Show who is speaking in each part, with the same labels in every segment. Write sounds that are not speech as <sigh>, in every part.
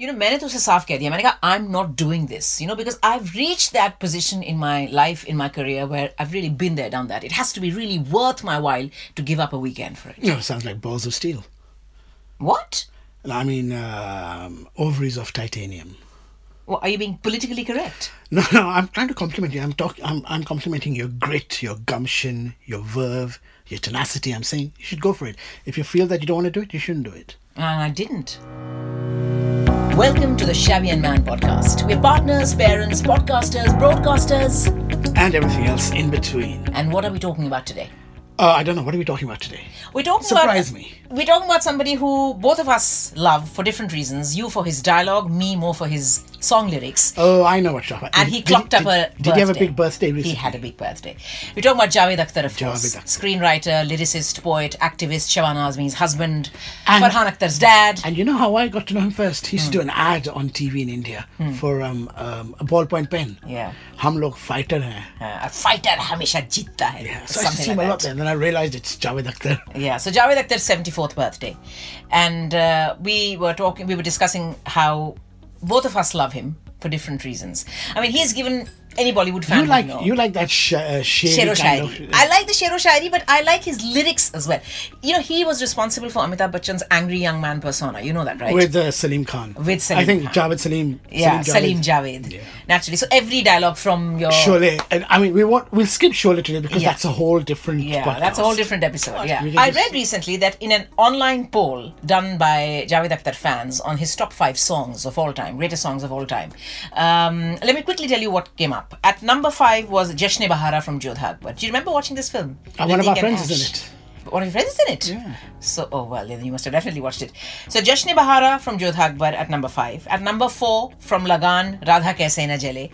Speaker 1: You know मैंने तो उसे साफ कह दिया मैंने कहा I am not doing this you know because I have reach that position in my life in my career where I really been there done that it has to be really worth my while to give up a weekend for it
Speaker 2: You know, it sounds like balls of steel.
Speaker 1: What
Speaker 2: And I mean, um, ovaries of titanium. <laughs>
Speaker 1: Are you being politically correct
Speaker 2: No, no, I'm trying to compliment you. I'm talking. I'm, I'm complimenting your grit, your gumption, your verve, your tenacity. I'm saying you should go for it. If you feel that you don't want to do it, you shouldn't do it.
Speaker 1: And I didn't. Welcome to the Shabby and Man podcast. We're partners, parents, podcasters, broadcasters.
Speaker 2: And everything else in between.
Speaker 1: And what are we talking about today?
Speaker 2: Uh, I don't know. What are we talking about today?
Speaker 1: We're talking
Speaker 2: Surprise
Speaker 1: about,
Speaker 2: me.
Speaker 1: We're talking about somebody who both of us love for different reasons. You for his dialogue, me more for his song lyrics.
Speaker 2: Oh, I know what you're talking about.
Speaker 1: And he
Speaker 2: Did-
Speaker 1: clocked
Speaker 2: did,
Speaker 1: up a
Speaker 2: Did he have a big birthday recently?
Speaker 1: He had a big birthday. We're talking about Javed Akhtar, of course.
Speaker 2: Javed Akhtar.
Speaker 1: Screenwriter, lyricist, poet, activist, Shabana Azmi's husband,
Speaker 2: And-
Speaker 1: Farhan Akhtar's dad.
Speaker 2: And you know how I got to know him first? He used
Speaker 1: Hmm.
Speaker 2: to do an ad on TV in India for um, um, a ballpoint pen.
Speaker 1: Yeah.
Speaker 2: Hum log fighter hai.
Speaker 1: Uh, a fighter hamesha jeetta hai.
Speaker 2: Yeah. So I used to
Speaker 1: Something
Speaker 2: see him
Speaker 1: like
Speaker 2: a
Speaker 1: that.
Speaker 2: lot there. And then I realized it's Javed Akhtar.
Speaker 1: Yeah, so Javed Akhtar's seventy-fourth birthday, and uh, we were talking, we were discussing how both of us love him for different reasons. I mean, he's given any Bollywood fan
Speaker 2: You
Speaker 1: would
Speaker 2: like
Speaker 1: know.
Speaker 2: you like that sh- uh, shady
Speaker 1: Shero
Speaker 2: kind
Speaker 1: Shairi.
Speaker 2: of. uh,
Speaker 1: I like the Shero Shairi, but I like his lyrics as well. You know, he was responsible for Amitabh Bachchan's angry young man persona. You know that, right?
Speaker 2: with uh, Salim Khan.
Speaker 1: With
Speaker 2: I
Speaker 1: Salim
Speaker 2: think
Speaker 1: Khan.
Speaker 2: Javed Salim.
Speaker 1: yeah, Salim
Speaker 2: Javed.
Speaker 1: Javed. Naturally, so every dialogue from your
Speaker 2: Sholay. And I mean, we want we'll skip Sholay today because
Speaker 1: Yeah.
Speaker 2: that's a whole different.
Speaker 1: Yeah,
Speaker 2: podcast.
Speaker 1: that's a whole different episode. Yeah,
Speaker 2: we can
Speaker 1: I
Speaker 2: just-
Speaker 1: read recently that in an online poll done by Javed Akhtar fans on his top five songs of all time, greatest songs of all time. Um, let me quickly tell you what came up. At number five was Jashne Bahara from Jodha Akbar. Do you remember watching this film?
Speaker 2: And Uh, one of
Speaker 1: Ritik
Speaker 2: our friends
Speaker 1: Ash.
Speaker 2: is in it.
Speaker 1: One of your friends is in it. Yeah. So, oh well, then you must have definitely watched it. So, Jashne Bahara from Jodha Akbar at number five. At number four from Lagan, Radha Kaise Na Jale.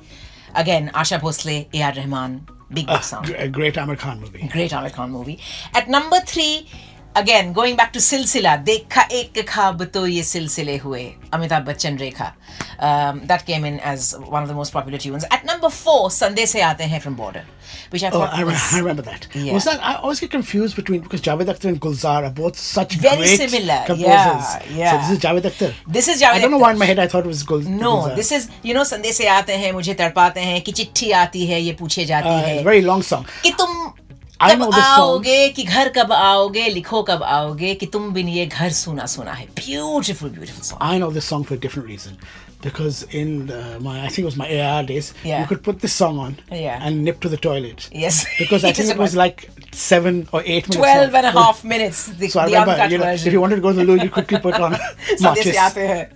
Speaker 1: Again, Asha Bhosle, A.R. Rahman, big
Speaker 2: Ah,
Speaker 1: book sound
Speaker 2: A uh, great Amir Khan movie.
Speaker 1: great Amir Khan movie. At number three, again going back to Silsila, Dekha Ek Khab To Ye Silsile Hue, Amitabh Bachchan Rekha. Um, that came in as one of the most popular tunes. At number four, Sande Se Aate Hain from Border, which I
Speaker 2: Oh,
Speaker 1: thought
Speaker 2: I, re-
Speaker 1: was
Speaker 2: I remember that.
Speaker 1: Yeah.
Speaker 2: Was that I always get confused between because Javed Akhtar and Gulzar are both such
Speaker 1: Very
Speaker 2: great
Speaker 1: similar.
Speaker 2: composers.
Speaker 1: Yeah, yeah.
Speaker 2: So this is Javed Akhtar.
Speaker 1: This is Javed
Speaker 2: I don't know why in
Speaker 1: Akhtar.
Speaker 2: my head I thought it was uh, Gul.
Speaker 1: No,
Speaker 2: Gulzar.
Speaker 1: this is you know Sande Se Aate Hain मुझे तड़पाते हैं कि चिट्ठी आती है ये पूछे जाती
Speaker 2: Uh,
Speaker 1: है
Speaker 2: very long song.
Speaker 1: कि तुम
Speaker 2: I
Speaker 1: कब
Speaker 2: know this song.
Speaker 1: आओगे कि घर कब आओगे लिखो कब आओगे कि तुम बिन ये घर सुना सुना है beautiful beautiful song
Speaker 2: I know this song for a different reason. Because in uh, my, I think it was my AR days,
Speaker 1: Yeah.
Speaker 2: you could put this song on
Speaker 1: Yeah.
Speaker 2: and nip to the toilet.
Speaker 1: Yes.
Speaker 2: Because I
Speaker 1: It
Speaker 2: think
Speaker 1: is
Speaker 2: it was
Speaker 1: about-
Speaker 2: like seven or eight minutes.
Speaker 1: 12
Speaker 2: long.
Speaker 1: and a half minutes the,
Speaker 2: <laughs> So I
Speaker 1: the
Speaker 2: remember,
Speaker 1: uncut
Speaker 2: you know, if
Speaker 1: version
Speaker 2: you wanted to go to the loo, you quickly put on
Speaker 1: <laughs> So this
Speaker 2: <laughs> marches.
Speaker 1: aate hain.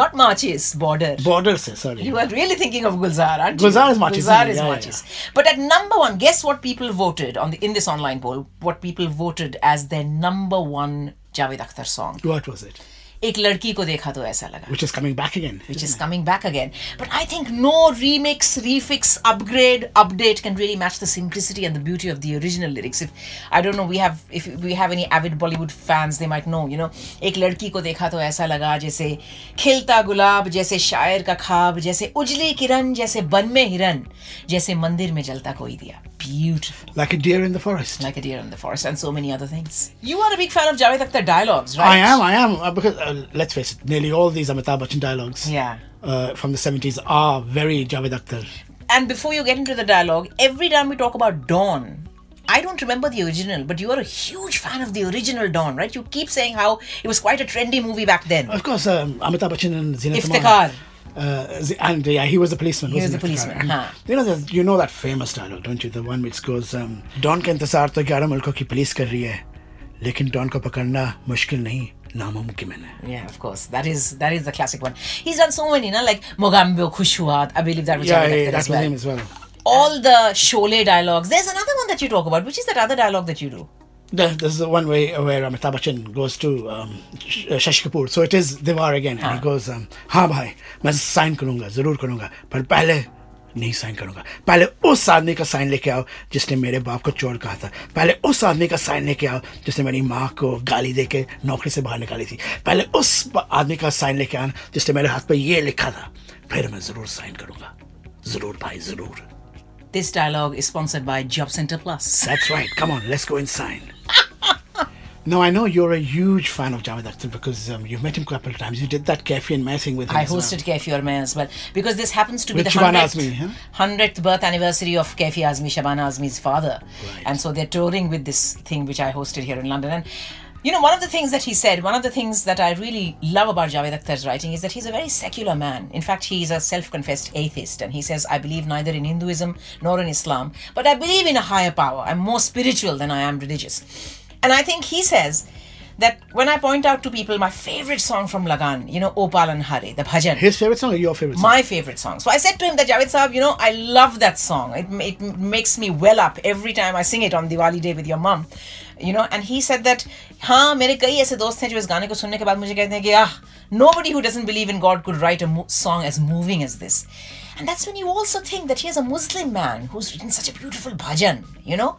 Speaker 1: not marches border
Speaker 2: Borders, eh, sorry.
Speaker 1: you are really thinking of Gulzar, aren't you?
Speaker 2: Gulzar is marches,
Speaker 1: Gulzar
Speaker 2: isn't it?
Speaker 1: is
Speaker 2: Yeah, yeah,
Speaker 1: marches. But at number one, guess what people voted on the, in this online poll? What people voted as their number one Javed Akhtar song?
Speaker 2: what was it?
Speaker 1: "एक लड़की को देखा तो ऐसा लगा."
Speaker 2: Which is coming back again.
Speaker 1: which is coming back again. But I think no remix, refix, upgrade, update can really match the simplicity and the beauty of the original lyrics. If I don't know, we have if we have any avid Bollywood fans, they might know. You know, एक लड़की को देखा तो ऐसा लगा जैसे खिलता गुलाब जैसे शायर का ख्वाब जैसे उजली किरण जैसे बन में हिरन जैसे मंदिर में जलता कोई दिया. Beautiful.
Speaker 2: like a deer in the forest.
Speaker 1: Like a deer in the forest and so many other things. You are a big fan of Javed Akhtar dialogues, right?
Speaker 2: I am, I am. uh, Because uh, let's face it, nearly all these Amitabh Bachchan dialogues
Speaker 1: Yeah.
Speaker 2: uh, from the 70s are very Javed Akhtar.
Speaker 1: And before you get into the dialogue, every time we talk about Dawn, I don't remember the original, but you are a huge fan of the original Dawn, right? You keep saying how it was quite a trendy movie back then.
Speaker 2: <laughs> Of course, um, Amitabh Bachchan and Zina
Speaker 1: Iftikhar.
Speaker 2: Uh, Z- and yeah, he was a policeman. He
Speaker 1: was a policeman, huh.
Speaker 2: You know, the, you know that famous dialogue, don't you? The one which goes, um, "Don का इंतजार तो 11 मुल्कों की police कर रही है, लेकिन don को पकड़ना मुश्किल नहीं, नामुमकिन है."
Speaker 1: Yeah, of course. That is that is the classic one. He's done so many, na like Mogambo, Khushuat. I believe that was
Speaker 2: Yeah,
Speaker 1: Javed
Speaker 2: yeah,
Speaker 1: Akhtar
Speaker 2: that's
Speaker 1: as
Speaker 2: my
Speaker 1: well.
Speaker 2: name as well.
Speaker 1: All the Sholay dialogues. There's another one that you talk about, which is that other dialogue that you do.
Speaker 2: Th- This is the one way uh, where Amitabh Bachchan goes to um, Sh- uh, Shashi Kapoor. So it is Devar again, and he goes, um, "हाँ भाई, मैं sign करूंगा, जरूर करूंगा, पर पहले नहीं sign करूंगा पहले उस आदमी का साइन लेके आओ जिसने मेरे बाप को चोर कहा था पहले उस आदमी का साइन लेके आओ जिसने मेरी माँ को गाली दे के नौकरी से बाहर निकाली थी पहले उस प- आदमी का साइन लेके आना जिसने मेरे हाथ पे ये लिखा था फिर मैं जरूर साइन करूंगा जरूर भाई जरूर
Speaker 1: This dialogue is sponsored by Job Center Plus.
Speaker 2: That's right. Come on, let's go and sign. Now I know you're a huge fan of Javed Akhtar because um, you've met him a couple of times. You did that cafe and messing with him.
Speaker 1: I
Speaker 2: as well.
Speaker 1: hosted Kefi Ormay as well because this happens to be
Speaker 2: With
Speaker 1: the
Speaker 2: Shabana
Speaker 1: 100th,
Speaker 2: Azmi, huh?
Speaker 1: 100th birth anniversary of Kefi Azmi, Shabana Azmi's father. And so they're touring with this thing which I hosted here in London. And you know, one of the things that he said, one of the things that I really love about Javed Akhtar's writing is that he's a very secular man. In fact, he is a self confessed atheist. And he says, I believe neither in Hinduism nor in Islam, but I believe in a higher power. I'm more spiritual than I am religious. And I think he says, that when I point out to people my favorite song from Lagan, you know, O Palan Hare, the bhajan.
Speaker 2: His favorite song or your favorite song?
Speaker 1: My favorite song. So I said to him that Javed Saab, you know, I love that song. It, ma- it m- makes me well up every time I sing it on Diwali day with your mom. You know, and he said that हाँ मेरे कई ऐसे दोस्त हैं जो इस गाने को सुनने के बाद मुझे कहते हैं कि आह ah, nobody who doesn't believe in God could write a mo- song as moving as this. And that's when you also think that here's a Muslim man who's written such a beautiful bhajan, you know?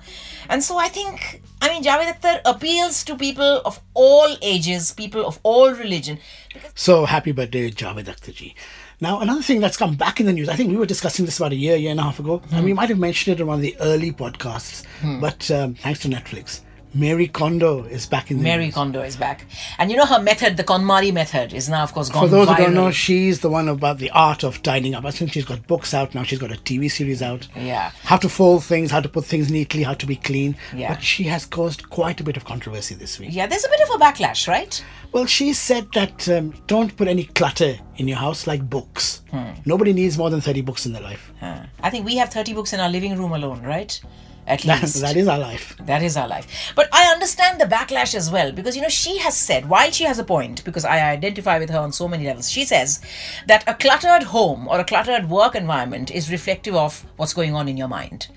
Speaker 1: And so I think, I mean, Javed Akhtar appeals to people of all ages, people of all religion. Because
Speaker 2: So happy birthday, Javed Akhtarji. Now, another thing that's come back in the news, I think we were discussing this about a year, year and a half ago,
Speaker 1: Hmm.
Speaker 2: and we might have mentioned it in one of the early podcasts, but um, thanks to Netflix, Mary Kondo is back in the
Speaker 1: Mary
Speaker 2: news.
Speaker 1: Kondo is back. And you know her method, the KonMari method, is now, of course, gone
Speaker 2: For those
Speaker 1: viral.
Speaker 2: who don't know, she's the one about the art of tidying up. I think she's got books out now, she's got a TV series out.
Speaker 1: Yeah.
Speaker 2: How to fold things, how to put things neatly, how to be clean.
Speaker 1: Yeah.
Speaker 2: But she has caused quite a bit of controversy this week.
Speaker 1: Yeah, there's a bit of a backlash, right?
Speaker 2: Well, she said that um, don't put any clutter in your house like books.
Speaker 1: Hmm.
Speaker 2: Nobody needs more than 30 books in their life. <laughs>
Speaker 1: Huh. I think we have 30 books in our living room alone, right? At
Speaker 2: That-
Speaker 1: least.
Speaker 2: that is our life.
Speaker 1: That is our life. But I understand the backlash as well because, you know, she has said, while she has a point, because I identify with her on so many levels, she says that a cluttered home or a cluttered work environment is reflective of what's going on in your mind.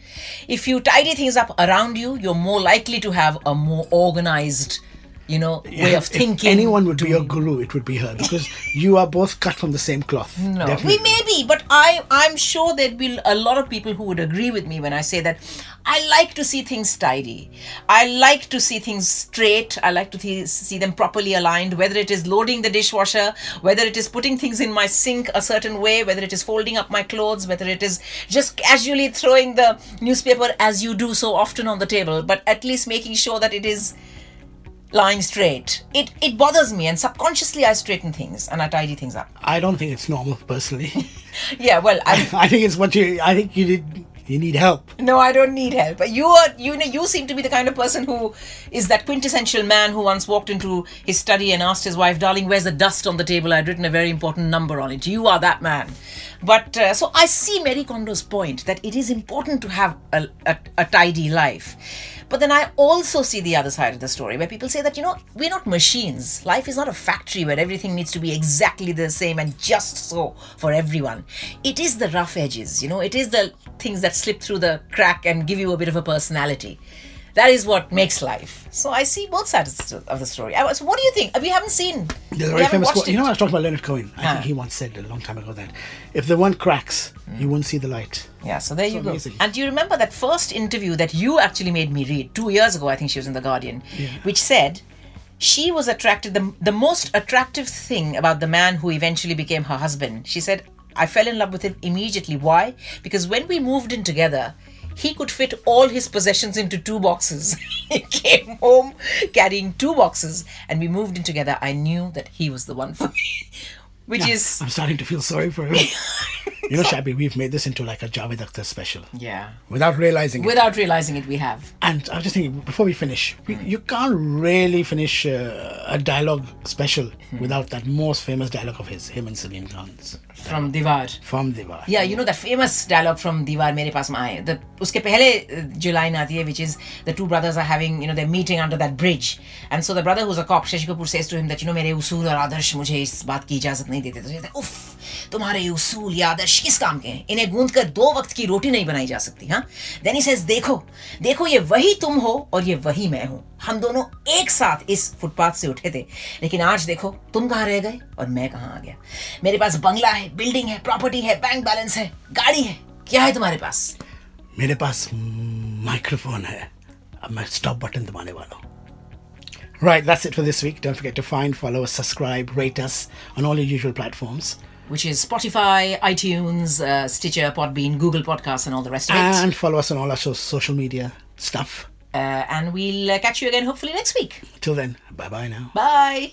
Speaker 1: If you tidy things up around you, you're more likely to have a more organized, you know, way of
Speaker 2: If
Speaker 1: thinking.
Speaker 2: anyone would be your guru, it would be her because you are both cut from the same cloth.
Speaker 1: No,
Speaker 2: Definitely.
Speaker 1: we may be, but I I'm sure there'd be a lot of people who would agree with me when I say that I like to see things tidy. I like to see things straight. I like to th- see them properly aligned. Whether it is loading the dishwasher, whether it is putting things in my sink a certain way, whether it is folding up my clothes, whether it is just casually throwing the newspaper as you do so often on the table, but at least making sure that it is lying straight. It it bothers me, and subconsciously I straighten things and I tidy things up.
Speaker 2: I don't think it's normal personally. <laughs>
Speaker 1: Yeah, well, I,
Speaker 2: I think it's what you. I think you need. You need help.
Speaker 1: No, I don't need help. But You are, you know, you seem to be the kind of person who is that quintessential man who once walked into his study and asked his wife, "Darling, where's the dust on the table? I'd written a very important number on it." You are that man. But uh, so I see Mary Kondo's point that it is important to have a, a, a tidy life. But then I also see the other side of the story where people say that, you know, we're not machines. Life is not a factory where everything needs to be exactly the same and just so for everyone. It is the rough edges, you know, it is the things that slip through the crack and give you a bit of a personality. That is what makes life. So I see both sides of the story. I was, what do you think? We haven't seen.
Speaker 2: There's
Speaker 1: we
Speaker 2: a very
Speaker 1: haven't
Speaker 2: famous
Speaker 1: watched
Speaker 2: quote. You
Speaker 1: it.
Speaker 2: know, I was talking about Leonard Cohen. I
Speaker 1: Ah.
Speaker 2: think he once said a long time ago that if the one cracks, you won't see the light.
Speaker 1: Yeah, so there you go.
Speaker 2: amazing.
Speaker 1: And do you remember that first interview that you actually made me read two years ago? I think she was in The Guardian, which said she was attracted, the, the most attractive thing about the man who eventually became her husband. She said, I fell in love with him immediately. Why? Because when we moved in together, he could fit all his possessions into two boxes. <laughs> he came home carrying two boxes, and we moved in together. I knew that he was the one for me, <laughs> which is.
Speaker 2: I'm starting to feel sorry for
Speaker 1: <laughs>
Speaker 2: him. you know, Shabby, we've made this into like a Javed Akhtar special
Speaker 1: Yeah.
Speaker 2: without realizing it.
Speaker 1: Without realizing it, we have.
Speaker 2: And I was just thinking, before we finish, we,
Speaker 1: Hmm.
Speaker 2: you can't really finish uh, a dialogue special without that most famous dialogue of his, him and Salim Khan's,
Speaker 1: From Divar.
Speaker 2: from Diva.
Speaker 1: Yeah, you know that famous dialogue from Diwar Mere Paas Maa Hai. The उसके पहले uh, जो line आती है, which is the two brothers are having, you know, they're meeting under that bridge. And so the brother who's a cop, Shashi Kapoor says to him that, you know, मेरे उसूल और आदर्श मुझे इस बात की इजाजत नहीं देते. तो कहता है, उफ, तुम्हारे ये उसूल या आदर्श किस काम के हैं? इन्हें गूंद कर दो वक्त की रोटी नहीं बनाई जा सकती, हाँ? Then he says, देखो, देखो ये वही तुम हो और ये वही मैं हूँ. हम दोनों एक साथ इस फुटपाथ से उठे थे लेकिन आज देखो तुम कहाँ रह गए और मैं कहाँ आ गया मेरे पास बंगला है बिल्डिंग है प्रॉपर्टी है बैंक बैलेंस है गाड़ी है क्या है तुम्हारे पास
Speaker 2: मेरे पास microphone है अब मैं stop button दबाने वाला हूँ Right, that's it for this week. Don't forget to find, follow us, subscribe, rate us on all your usual platforms.
Speaker 1: which is Spotify, iTunes, uh, Stitcher, Podbean, Google Podcasts and all the rest of it.
Speaker 2: And follow us on all our so- social media stuff.
Speaker 1: Uh, and we'll uh, catch you again hopefully next week.
Speaker 2: Till then, bye bye now.
Speaker 1: Bye.